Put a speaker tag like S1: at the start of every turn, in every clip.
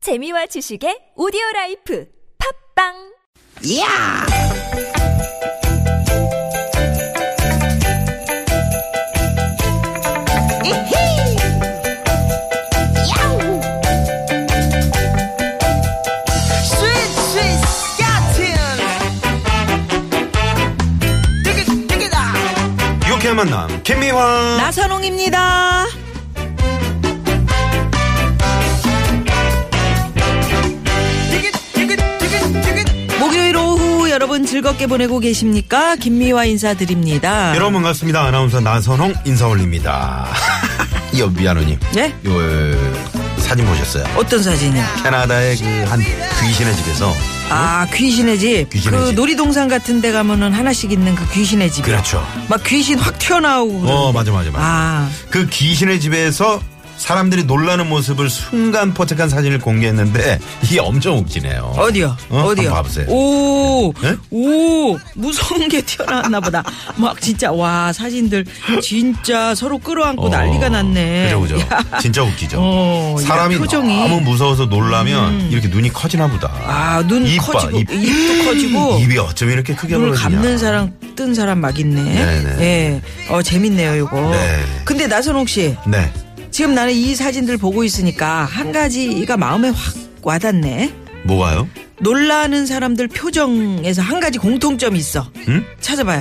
S1: 재미와 지식의 오디오 라이프 팝빵
S2: 이야! 이히! 야우! 스윗, 스윗, 스카틴! 띠깃, 띠깃아!
S3: 유쾌한 만남 김미화
S2: 나선홍입니다. 띠깃, 띠깃, 띠깃, 띠깃.
S4: 목요일 오후 여러분 즐겁게 보내고 계십니까? 김미화 인사드립니다.
S3: 여러분 반갑습니다 아나운서 나선홍 인사 올립니다 여 미아노님
S4: 네?
S3: 요, 요, 요, 사진 보셨어요
S4: 어떤 사진이야?
S3: 캐나다의 그 한 귀신의 집에서
S4: 아 귀신의 집.
S3: 귀신의
S4: 그
S3: 집.
S4: 놀이동산 같은 데 가면은 하나씩 있는 그 귀신의 집.
S3: 그렇죠
S4: 막 귀신 확 튀어나오고.
S3: 어
S4: 그러는데.
S3: 맞아 맞아 맞아
S4: 아,
S3: 그 귀신의 집에서 사람들이 놀라는 모습을 순간 포착한 사진을 공개했는데 이게 엄청 웃기네요
S4: 어디요?
S3: 어?
S4: 어? 디요
S3: 한번 봐보세요
S4: 오,
S3: 네?
S4: 오, 무서운 게 튀어나왔나 보다. 막 진짜, 와, 사진들 진짜 서로 끌어안고
S3: 어,
S4: 뭐 난리가 났네.
S3: 그죠 그죠
S4: 야,
S3: 진짜 웃기죠
S4: 어, 야,
S3: 사람이
S4: 표정이. 음.
S3: 너무 무서워서 놀라면 이렇게 눈이 커지나 보다
S4: 아, 눈
S3: 입 봐,
S4: 커지고,
S3: 입.
S4: 입도 커지고.
S3: 음, 입이 어쩜 이렇게 크게
S4: 눈을
S3: 벌어지냐.
S4: 감는 사람 뜬 사람 막 있네.
S3: 네네.
S4: 예. 어 재밌네요 이거.
S3: 네.
S4: 근데 나선홍 씨
S3: 네.
S4: 지금 나는 이 사진들 보고 있으니까 한 가지가 마음에 확 와닿네.
S3: 뭐가요?
S4: 놀라는 사람들 표정에서 한 가지 공통점이 있어.
S3: 응?
S4: 찾아봐요.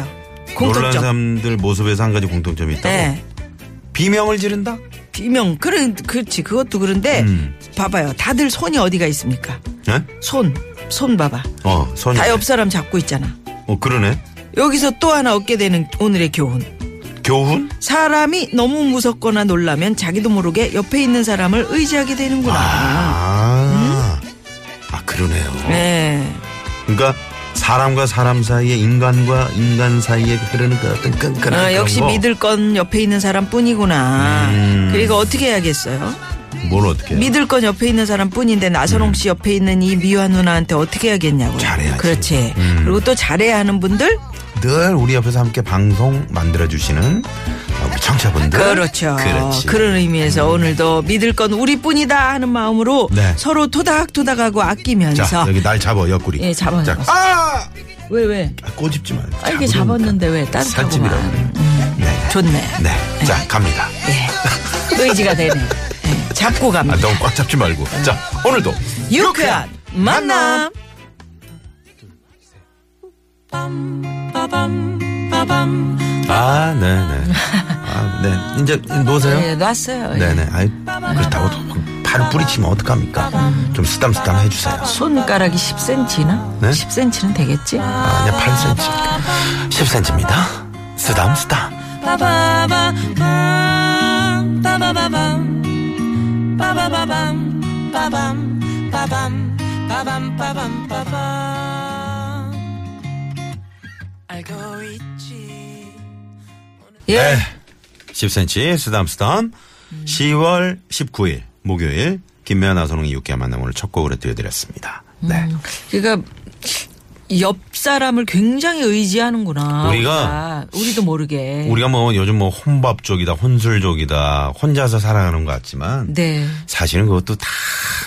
S3: 놀라는
S4: 공통점.
S3: 사람들 모습에서 한 가지 공통점이 있다고.
S4: 예.
S3: 비명을 지른다?
S4: 비명. 그런 그렇지. 그것도 그런데
S3: 음.
S4: 봐봐요. 다들 손이 어디가 있습니까?
S3: 예?
S4: 손. 손 봐봐.
S3: 어, 손이.
S4: 다 옆 사람 잡고 있잖아.
S3: 어, 그러네.
S4: 여기서 또 하나 얻게 되는 오늘의 교훈.
S3: 교훈?
S4: 사람이 너무 무섭거나 놀라면 자기도 모르게 옆에 있는 사람을 의지하게 되는구나.
S3: 아. 아, 그러네요.
S4: 네.
S3: 그러니까 사람과 사람 사이에 인간과 인간 사이에 흐르는 그 어떤 끈끈한
S4: 아,
S3: 그런
S4: 역시
S3: 거.
S4: 믿을 건 옆에 있는 사람뿐이구나.
S3: 음. 네.
S4: 그리고 어떻게 해야겠어요?
S3: 뭘 어떻게? 믿...
S4: 믿을 건 옆에 있는 사람뿐인데 나선홍 씨 옆에 있는 이 미화 누나한테 어떻게 해야겠냐고요.
S3: 음. 잘해야지.
S4: 그렇지.
S3: 음.
S4: 그리고 또 잘해야 하는 분들
S3: 늘 우리 옆에서 함께 방송 만들어 주시는 우리 청자분들.
S4: 그렇죠.
S3: 네? 그렇지. 음.
S4: 런 의미에서 오늘도 믿을 건 우리뿐이다 하는 마음으로
S3: 네.
S4: 서로 토닥토닥하고
S3: 자,
S4: 아끼면서
S3: 여기 날 잡아 옆구리.
S4: 예, 잡아요.
S3: 자, 아!
S4: 왜 왜?
S3: 아, 꼬집지 말고.
S4: 아, 이게
S3: 잡으라니까.
S4: 잡았는데 왜
S3: 살집이라고
S4: 따뜻하고만.
S3: 그래요. 네.
S4: 좋네.
S3: 네. 자, 갑니다.
S4: 예. 의지가 되네. 예, 잡고
S3: 아,
S4: 갑니다.
S3: 너무 꽉 잡지 말고. 자, 오늘도
S4: 유쾌한 만남.
S3: 아, 네, 네. 아, 네. 이제 놓으세요.
S4: 네, 놨어요.
S3: 네, 네. 아이, 그렇다고 또 발을 뿌리치면 어떡합니까? 좀 쓰담쓰담 해 주세요.
S4: 손가락이 10cm나?
S3: 네?
S4: 10cm는 되겠지?
S3: 아, 그냥 8cm. 10cm입니다. 쓰담쓰담.
S4: 예.
S3: 네. 10cm 쓰담쓰담. 10월 19일 목요일 김미아 나선홍이 유쾌한 만남 오늘 첫 곡으로 들려드렸습니다. 네.
S4: 그러니까 옆 사람을 굉장히 의지하는구나.
S3: 우리가-
S4: 우리가. 우리도 모르게.
S3: 우리가 뭐 요즘 뭐 혼밥족이다, 혼술족이다, 혼자서 살아가는 것 같지만
S4: 네.
S3: 사실은 그것도 다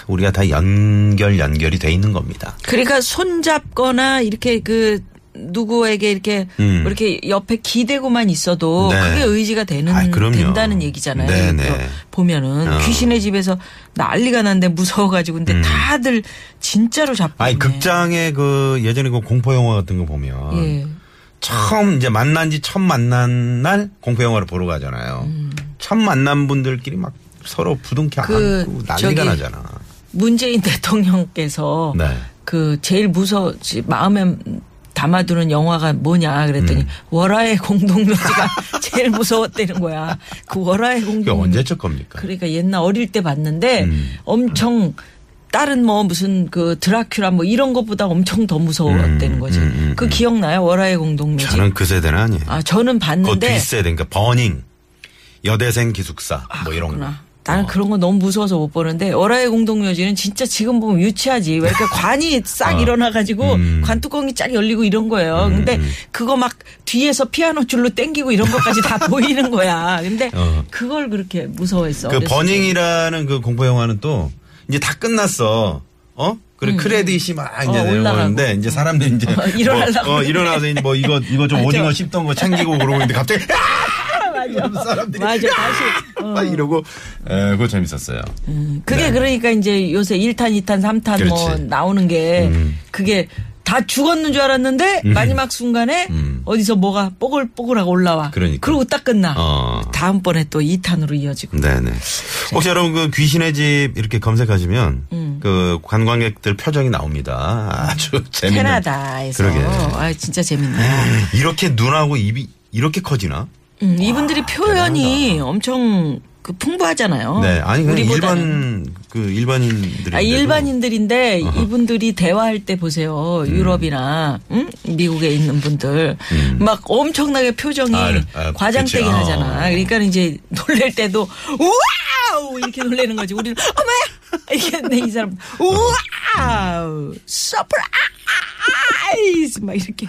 S3: 우리가 다 연결 연결이 돼 있는 겁니다.
S4: 그러니까 손잡거나 이렇게 그 누구에게 이렇게 뭐
S3: 음.
S4: 이렇게 옆에 기대고만 있어도
S3: 네.
S4: 그게 의지가 되는
S3: 아이, 그럼요.
S4: 된다는 얘기잖아요.
S3: 네네.
S4: 그래서 보면은
S3: 어. 음.
S4: 귀신의 집에서 난리가 난데 무서워가지고 근데 다들 진짜로 잡고
S3: 아니
S4: 있네.
S3: 극장의 그 예전에 그 공포 영화 같은 거 보면
S4: 예.
S3: 처음 이제 만난 지 첫 만난 날 공포 영화를 보러 가잖아요. 첫 만난 분들끼리 막 서로 부둥켜
S4: 음. 그
S3: 안고 난리가
S4: 저기-
S3: 나잖아.
S4: 문재인 대통령께서
S3: 네.
S4: 그 제일 무서 마음에 담아두는 영화가 뭐냐 그랬더니
S3: 음.
S4: 월화의 공동묘지가 제일 무서웠다는 거야. 그 월화의
S3: 그게
S4: 공동
S3: 언제적 겁니까?
S4: 그러니까 옛날 어릴 때 봤는데
S3: 음.
S4: 엄청 다른 뭐 무슨 그 드라큘라 뭐 이런 것보다 엄청 더 무서웠다는 거지.
S3: 음, 음, 음,
S4: 그
S3: 음.
S4: 기억나요? 월화의 공동묘지.
S3: 저는 그 세대는 아니에요.
S4: 아 저는
S3: 그것도
S4: 봤는데
S3: 있어야 되니까 버닝, 여대생 기숙사 뭐 이런 거.
S4: 아, 그렇구나. 나는 그런 거 너무 무서워서 못 보는데 월화의 공동묘지는 진짜 지금 보면 유치하지 왜 이렇게 관이 싹
S3: 어.
S4: 일어나가지고
S3: 음.
S4: 관뚜껑이 쫙 열리고 이런 거예요. 근데 그거 막 뒤에서 피아노 줄로 땡기고 이런 것까지 다 보이는 거야. 근데
S3: 어.
S4: 그걸 그렇게 무서워했어.
S3: 그
S4: 어렸을 때.
S3: 버닝이라는 그 공포 영화는 또 이제 다 끝났어. 어? 그래 크레딧이 막 이제
S4: 음. 어,
S3: 내려오는데
S4: 올라가고.
S3: 이제 사람들이 이제
S4: 어, 일어나려고
S3: 뭐, 어, 일어나서 이제 뭐 이거 이거 좀
S4: 맞아.
S3: 오징어 씹던 거 챙기고 그러고 있는데 갑자기 맞아. 사람들이
S4: 맞아 다시 어.
S3: 막 이러고 에, 그거 재밌었어요.
S4: 그게
S3: 네.
S4: 그러니까 이제 요새 1탄, 2탄, 3탄 뭐
S3: 그렇지. 음.
S4: 나오는 게 그게 다 죽었는 줄 알았는데 마지막 순간에 어디서 뭐가 뽀글뽀글하고 올라와.
S3: 음. 그러니까.
S4: 고딱 끝나.
S3: 어.
S4: 다음번에 또 2탄으로 이어지고.
S3: 네네. 혹시 여러분 그 귀신의 집 이렇게 검색하시면
S4: 음.
S3: 그 관광객들 표정이 나옵니다. 아주 재밌는.
S4: 캐나다에서
S3: 그러게.
S4: 아 진짜 재밌네.
S3: 이렇게 눈하고 입이 이렇게 커지나?
S4: 음, 이분들이
S3: 아,
S4: 표현이 엄청 그 풍부하잖아요.
S3: 네. 아니 그냥
S4: 우리보다는.
S3: 일반 그 일반인들.
S4: 아, 일반인들인데 이분들이 대화할 때 보세요.
S3: 음.
S4: 유럽이나 응? 미국에 있는 분들 막 엄청나게 표정이
S3: 음. 아, 아,
S4: 과장되게
S3: 그치. 아.
S4: 하잖아. 그러니까 이제 놀랄 때도 우와우 이렇게 놀래는 거지. 우리는 어머야 이게 근데 이 사람 우와우 서프라이즈 막 이렇게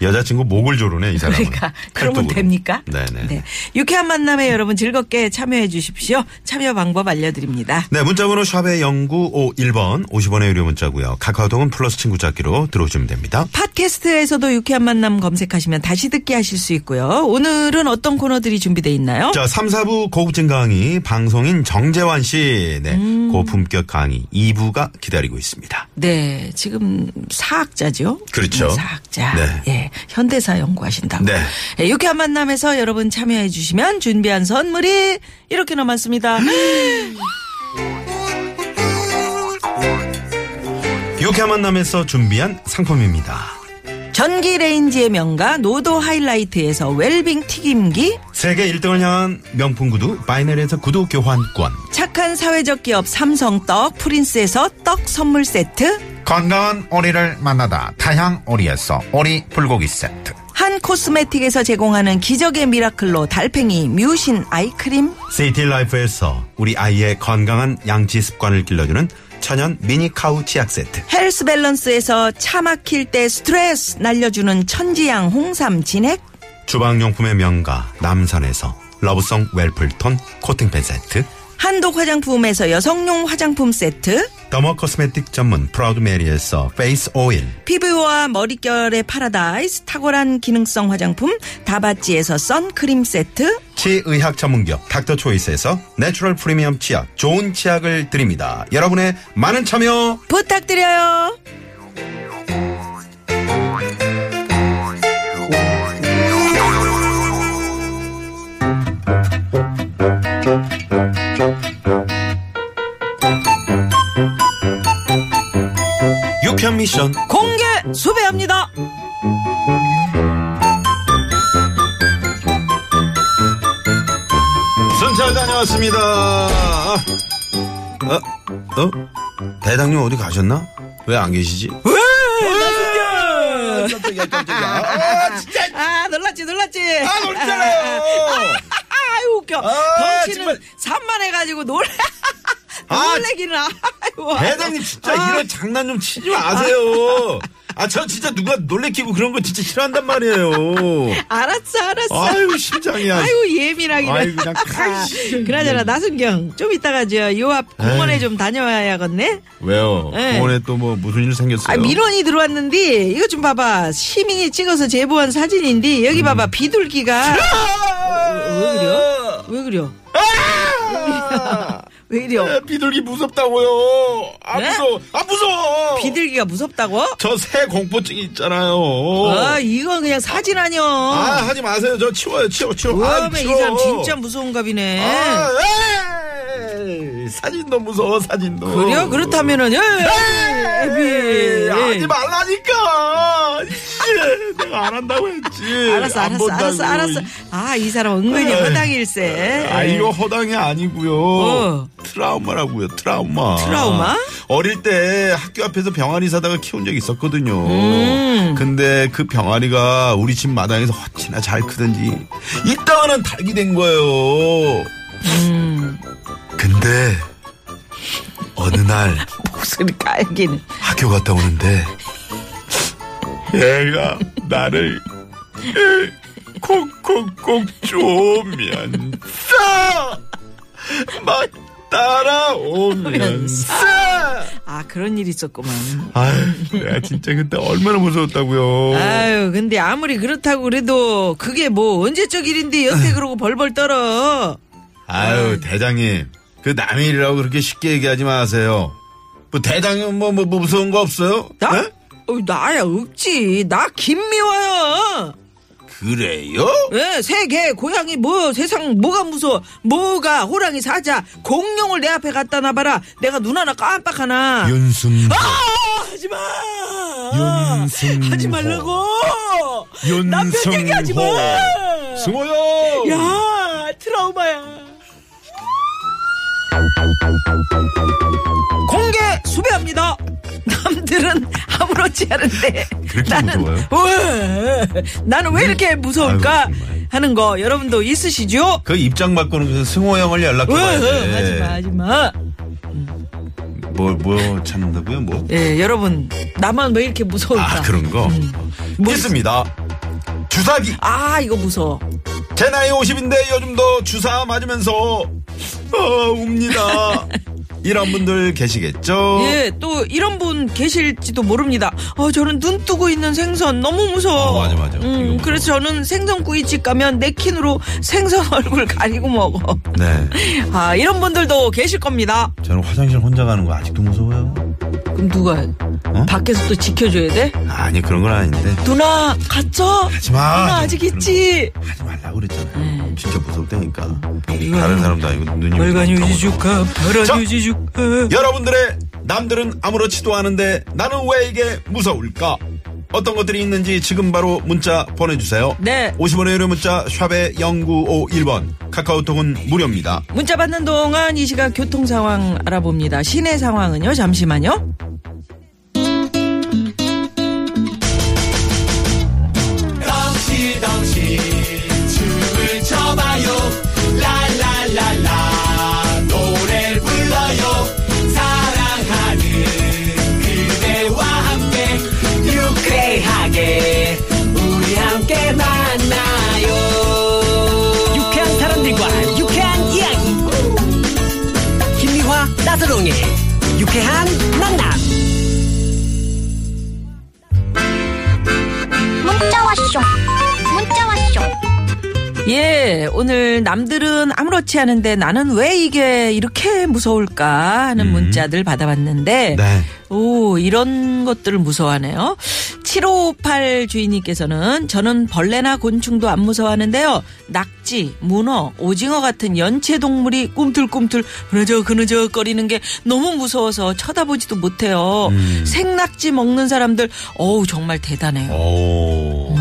S3: 여자친구 목을 조르네 이 사람은.
S4: 그러니까 그러면
S3: 팔뚝으로.
S4: 됩니까?
S3: 네네. 네.
S4: 유쾌한 만남에 여러분 즐겁게 참여해 주십시오. 참여 방법 알려드립니다.
S3: 네, 문자번호 샵의 0951번 50원의 유료 문자고요. 카카오톡은 플러스 친구 찾기로 들어오시면 됩니다.
S4: 팟캐스트에서도 유쾌한 만남 검색하시면 다시 듣기 하실 수 있고요. 오늘은 어떤 코너들이 준비돼 있나요?
S3: 자, 3, 4부 고급진 강의 방송인 정재환 씨. 네.
S4: 음.
S3: 고품격 강의 2부가 기다리고 있습니다.
S4: 네, 지금 사학자죠?
S3: 그렇죠.
S4: 네, 사학자.
S3: 네.
S4: 예, 현대사 연구하신다고.
S3: 네.
S4: 예, 유쾌한 만남에서 여러분 참여해 주시면 준비한 선물이 이렇게나 많습니다.
S3: 유쾌한 만남에서 준비한 상품입니다.
S4: 전기 레인지의 명가 노도 하이라이트에서 웰빙 튀김기
S3: 세계 1등을 향한 명품 구두 바이넬에서 구두 교환권.
S4: 착한 사회적 기업 삼성 떡 프린스에서 떡 선물 세트
S5: 건강한 오리를 만나다 타향 오리에서 오리 불고기 세트
S4: 한 코스메틱에서 제공하는 기적의 미라클로 달팽이 뮤신 아이크림
S3: 세이티 라이프에서 우리 아이의 건강한 양치 습관을 길러주는 천연 미니 카우 치약 세트.
S4: 헬스 밸런스에서 차 막힐 때 스트레스 날려주는 천지양 홍삼 진액
S3: 주방용품의 명가 남산에서 러브송 웰플톤 코팅팬 세트.
S4: 한독 화장품에서 여성용 화장품 세트
S3: 더머 코스메틱 전문 프라우드 메리에서 페이스 오일.
S4: 피부와 머릿결의 파라다이스 탁월한 기능성 화장품 다바찌에서 선크림 세트
S3: 치의학 전문기업 닥터 초이스에서 내추럴 프리미엄 치약 좋은 치약을 드립니다. 여러분의 많은 참여
S4: 부탁드려요.
S3: 유쾌한 미션
S4: 공개 수배합니다.
S3: 순찰 다녀왔습니다. 아, 어? 어? 대장님 어디 가셨나? 왜 안 계시지?
S4: 아 놀랐지 놀랐지.
S3: 아, 놀잖아요.
S4: 아유 웃겨.
S3: 아,
S4: 덩치는
S3: 정말.
S4: 산만해가지고 놀래.
S3: 아,
S4: 놀래기는 아이고.
S3: 대장님 진짜
S4: 아,
S3: 이런 장난 좀 치지 마세요. 아, 저 진짜 누가 놀래키고 그런 거 진짜 싫어한단 말이에요.
S4: 알았어 알았어.
S3: 아유, 심장이야.
S4: 아이고 예민하기는.
S3: 아이고, 그냥
S4: 아, 그나저나 나순경 좀 이따가 저 요 앞 공원에
S3: 에이.
S4: 좀 다녀와야겠네.
S3: 왜요?
S4: 네.
S3: 공원에 또 뭐 무슨 일 생겼어요?
S4: 아 민원이 들어왔는데 이거 좀 봐봐 시민이 찍어서 제보한 사진인데 여기 봐봐
S3: 음.
S4: 비둘기가
S3: 아,
S4: 왜 그려? 왜 그려? 왜 그려?
S3: 비둘기 무섭다고요. 아
S4: 네?
S3: 무서워. 아 무서워.
S4: 비둘기가 무섭다고?
S3: 저 새 공포증 있잖아요.
S4: 아 이건 그냥 사진 아니야.
S3: 아 하지 마세요. 저 치워요. 치워 치워. 아
S4: 워메
S3: 치워.
S4: 이 사람 진짜 무서운 갑이네.
S3: 아, 에이. 사진도 무서워. 사진도.
S4: 그래요? 그렇다면은
S3: 네! 에이,
S4: 에비
S3: 하지 말라니까. 씨, 내가 안 한다고 했지.
S4: 알았어
S3: 안
S4: 알았어
S3: 본다고.
S4: 알았어 알았어. 아 이 사람 은근히
S3: 에이.
S4: 허당일세.
S3: 아 이거 허당이 아니고요.
S4: 예. 어.
S3: 트라우마라고요. 트라우마.
S4: 트라우마?
S3: 어릴 때 학교 앞에서 병아리 사다가 키운 적이 있었거든요.
S4: 음.
S3: 근데 그 병아리가 우리 집 마당에서 어찌나 잘 크든지 이따가는 닭이 된 거예요.
S4: 음.
S3: 근데 어느 날
S4: 목소리 깔기는.
S3: 학교 갔다 오는데 얘가 나를 콕콕콕 쪼면 싸! 막 따라오면서.
S4: 아 그런 일이 있었구만.
S3: 아유, 내가 진짜 그때 얼마나 무서웠다고요.
S4: 아유 근데 아무리 그렇다고 그래도 그게 뭐 언제적 일인데 여태 그러고 벌벌 떨어.
S3: 아유, 대장님. 그 남의 일이라고 그렇게 쉽게 얘기하지 마세요. 뭐, 대장님, 뭐, 뭐, 뭐 무서운 거 없어요?
S4: 나?
S3: 에?
S4: 어, 나야 없지. 나 김미화야.
S3: 그래요?
S4: 예, 새개 고양이 뭐 세상 뭐가 무서워 뭐가 호랑이 사자 공룡을 내 앞에 갖다 놔봐라 내가 눈 하나 깜빡하나
S3: 윤순.
S4: 아 하지마
S3: 네. 윤승호.
S4: 하지 말라고 남편 얘기하지 마
S3: 윤승호. 승호요!
S4: 야, 트라우마야. 공개 수배합니다. 남들은 아무렇지 않은데
S3: 그렇게
S4: 나는
S3: 무서워요?
S4: 왜 나는 왜 이렇게 무서울까
S3: 아이고, 정말.
S4: 하는 거 여러분도 있으시죠?
S3: 그 입장 바꾸는 것은 승호 형을 연락해봐야 돼.
S4: 하지마 하지마.
S3: 뭐, 뭐 찾는다고요? 뭐?
S4: 예, 여러분 나만 왜 이렇게 무서울까?
S3: 아, 그런 거?
S4: 그러니까. 뭐
S3: 있습니다. 주사기!
S4: 아 이거 무서워.
S3: 제 나이 50인데 요즘도 주사 맞으면서, 아, 웁니다. 이런 분들 계시겠죠?
S4: 예, 또 이런 분 계실지도 모릅니다. 어, 저는 눈 뜨고 있는 생선 너무 무서워.
S3: 어, 맞아, 맞아. 이거
S4: 음,
S3: 무서워.
S4: 그래서 저는 생선구이집 가면 내 킨으로 생선 얼굴 가리고 먹어.
S3: 네.
S4: 아, 이런 분들도 계실 겁니다.
S3: 저는 화장실 혼자 가는 거 아직도 무서워요.
S4: 그럼 누가
S3: 어?
S4: 밖에서 또 지켜줘야 돼?
S3: 아니, 그런 건 아닌데.
S4: 누나 갔어?
S3: 하지 마.
S4: 누나 음, 아직 있지? 네.
S3: 하지 말라고 그랬잖아요. 진짜 무섭다니까.
S4: 음, 이거는
S3: 다른 사람도 아니고 눈이
S4: 월간
S3: 무서워.
S4: 유지주가
S3: 자.
S4: 파란 유지주가
S3: 여러분들의 남들은 아무렇지도 않은데 나는 왜 이게 무서울까? 어떤 것들이 있는지 지금 바로 문자 보내주세요.
S4: 네.
S3: 50원의 유료 문자 샵의 0951번. 카카오톡은 무료입니다.
S4: 문자 받는 동안 이 시각 교통 상황 알아봅니다. 시내 상황은요? 잠시만요.
S6: 유쾌하게 우리 함께 만나요 유쾌한 사람들과 유쾌한 이야기 김미화 나서롱의 유쾌한 만남
S7: 문자 왔쇼 문자 왔쇼
S4: 예, 오늘 남들은 아무렇지 않은데 나는 왜 이게 이렇게 무서울까 하는 문자들 받아봤는데,
S3: 네.
S4: 오, 이런 것들을 무서워하네요. 7558 주인님께서는 저는 벌레나 곤충도 안 무서워하는데요. 낙지, 문어, 오징어 같은 연체동물이 꿈틀꿈틀 그느적 그느적 거리는 게 너무 무서워서 쳐다보지도 못해요. 생낙지 먹는 사람들, 어우, 정말 대단해요.
S3: 오.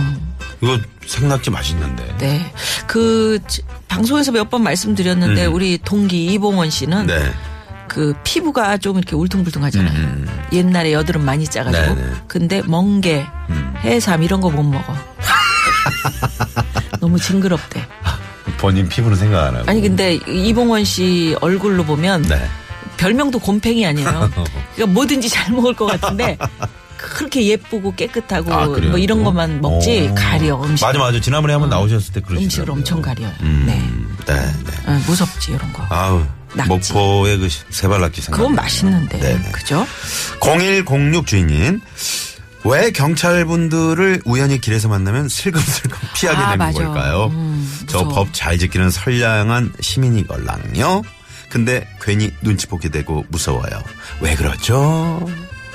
S3: 이거 생낙지 맛있는데.
S4: 네. 그 지- 방송에서 몇 번 말씀드렸는데
S3: 음.
S4: 우리 동기 이봉원 씨는
S3: 네.
S4: 그 피부가 좀 이렇게 울퉁불퉁하잖아요.
S3: 음,
S4: 옛날에 여드름 많이 짜가지고.
S3: 네, 음. 네.
S4: 근데 멍게, 해삼 이런 거 못 먹어. 너무 징그럽대.
S3: 본인 피부는 생각 안 하고.
S4: 아니 그 근데 이봉원 씨 얼굴로 보면
S3: 네.
S4: 별명도 곰팽이 아니에요. 그러니까 뭐든지 잘 먹을 것 같은데 그렇게 예쁘고 깨끗하고
S3: 아, 그래요?
S4: 뭐 이런 것만 먹지
S3: 오.
S4: 가려 음식.
S3: 어.
S4: 어.
S3: 맞아, 맞아. 지난번에 한번 나오셨을 때 그러시죠.
S4: 음식을 엄청 가려요. 네.
S3: 네, 네.
S4: 어, 무섭지 이런 거.
S3: 아우.
S4: 낙지.
S3: 목포의 그 세발낙지 생각.
S4: 그건 맛있는데
S3: 네네.
S4: 그죠?
S3: 0106 주인님. 왜 경찰분들을 우연히 길에서 만나면 슬금슬금 피하게
S4: 아,
S3: 되는
S4: 맞아.
S3: 걸까요?
S4: 음,
S3: 저
S4: 무서워.
S3: 법 잘 지키는 선량한 시민이걸랑요. 근데 괜히 눈치 보게 되고 무서워요. 왜 그러죠?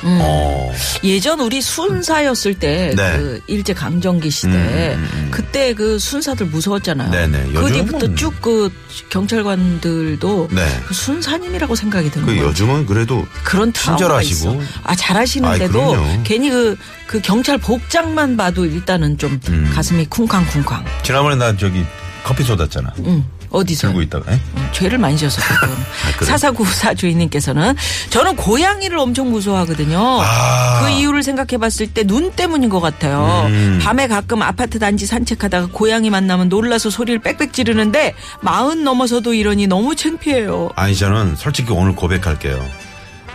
S3: 어.
S4: 예전 우리 순사였을 때
S3: 네.
S4: 그 일제 강점기 시대
S3: 음, 음, 음.
S4: 그때 그 순사들 무서웠잖아요.
S3: 네네.
S4: 그
S3: 요즘은-
S4: 뒤부터 쭉 그 경찰관들도
S3: 네.
S4: 그 순사님이라고 생각이 드는
S3: 그
S4: 거예요.
S3: 요즘은 그래도
S4: 그런 트라우마가
S3: 친절하시고.
S4: 있어. 아 잘하시는데도
S3: 아이, 그럼요.
S4: 괜히 그, 그 경찰 복장만 봐도 일단은 좀
S3: 음.
S4: 가슴이 쿵쾅쿵쾅.
S3: 지난번에 나 저기 커피 쏟았잖아.
S4: 음, 어디서
S3: 들고 있다가. 에?
S4: 음, 죄를 많이 지어서 그건
S3: 그래요?
S4: 사사구사 주인님께서는 저는 고양이를 엄청 무서워하거든요.
S3: 아.
S4: 그 이유를 생각해봤을 때 눈 때문인 것 같아요.
S3: 음.
S4: 밤에 가끔 아파트 단지 산책하다가 고양이 만나면 놀라서 소리를 빽빽 지르는데 마흔 넘어서도 이러니 너무 창피해요.
S3: 아니 저는 솔직히 오늘 고백할게요.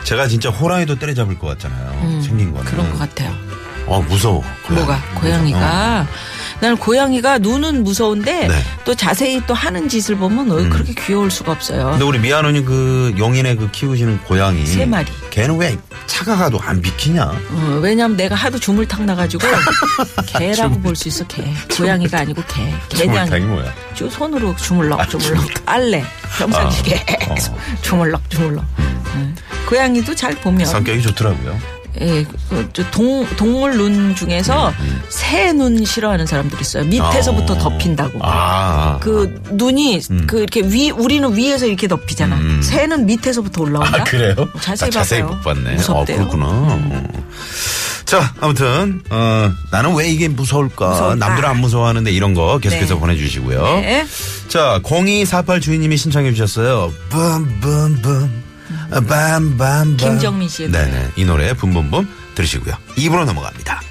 S3: 제가 진짜 호랑이도 때려잡을 음, 것 같잖아요. 생긴 거는.
S4: 그런 것 같아요.
S3: 어 무서워. 고양이.
S4: 뭐가 고양이가 나는 고양이가 눈은 무서운데
S3: 네. 음.
S4: 또 자세히 또 하는 짓을 보면 어, 그렇게 귀여울 수가 없어요.
S3: 근데 우리 미아노님 그 용인에 그 키우시는 고양이
S4: 세 마리.
S3: 걔는 왜 차가가도 안 비키냐?
S4: 어, 왜냐면 내가 하도 조물탕 나가지고 개라고 볼 수 있어 개. 고양이가 아니고 개.
S5: 조물탕이
S4: 개냥
S5: 뭐야?
S4: 쭉 손으로 주물럭 주물럭
S3: 아, 주물럭. 아, 어.
S4: 빨래 평상시 계속 주물럭 주물럭. 음. 고양이도 잘 보면
S3: 성격이 좋더라고요.
S4: 예, 그, 저동 동물 눈
S3: 음,
S4: 중에서 새 눈 싫어하는 사람들 있어요. 밑에서부터
S3: 어.
S4: 덮인다고.
S3: 아, 음.
S4: 그 눈이 그 이렇게 위 우리는 위에서 이렇게 덮이잖아. 새는 밑에서부터 올라온다.
S3: 아 그래요?
S4: 어, 자세히
S3: 나 자세히
S4: 봐봐요.
S3: 못 봤네.
S4: 무섭대요.
S3: 어, 그렇구나. 어. 자, 아무튼 어, 나는 왜 이게 무서울까?
S4: 무서울까?
S3: 남들 안 무서워하는데 이런 거 계속해서
S4: 네.
S3: 보내주시고요.
S4: 네.
S3: 자, 0248 주인님이 신청해 주셨어요. 붐붐붐, 아, 밤밤밤.
S4: 김정민 씨의
S3: 네네. 이 노래 붐붐붐 들으시고요. 입으로 넘어갑니다.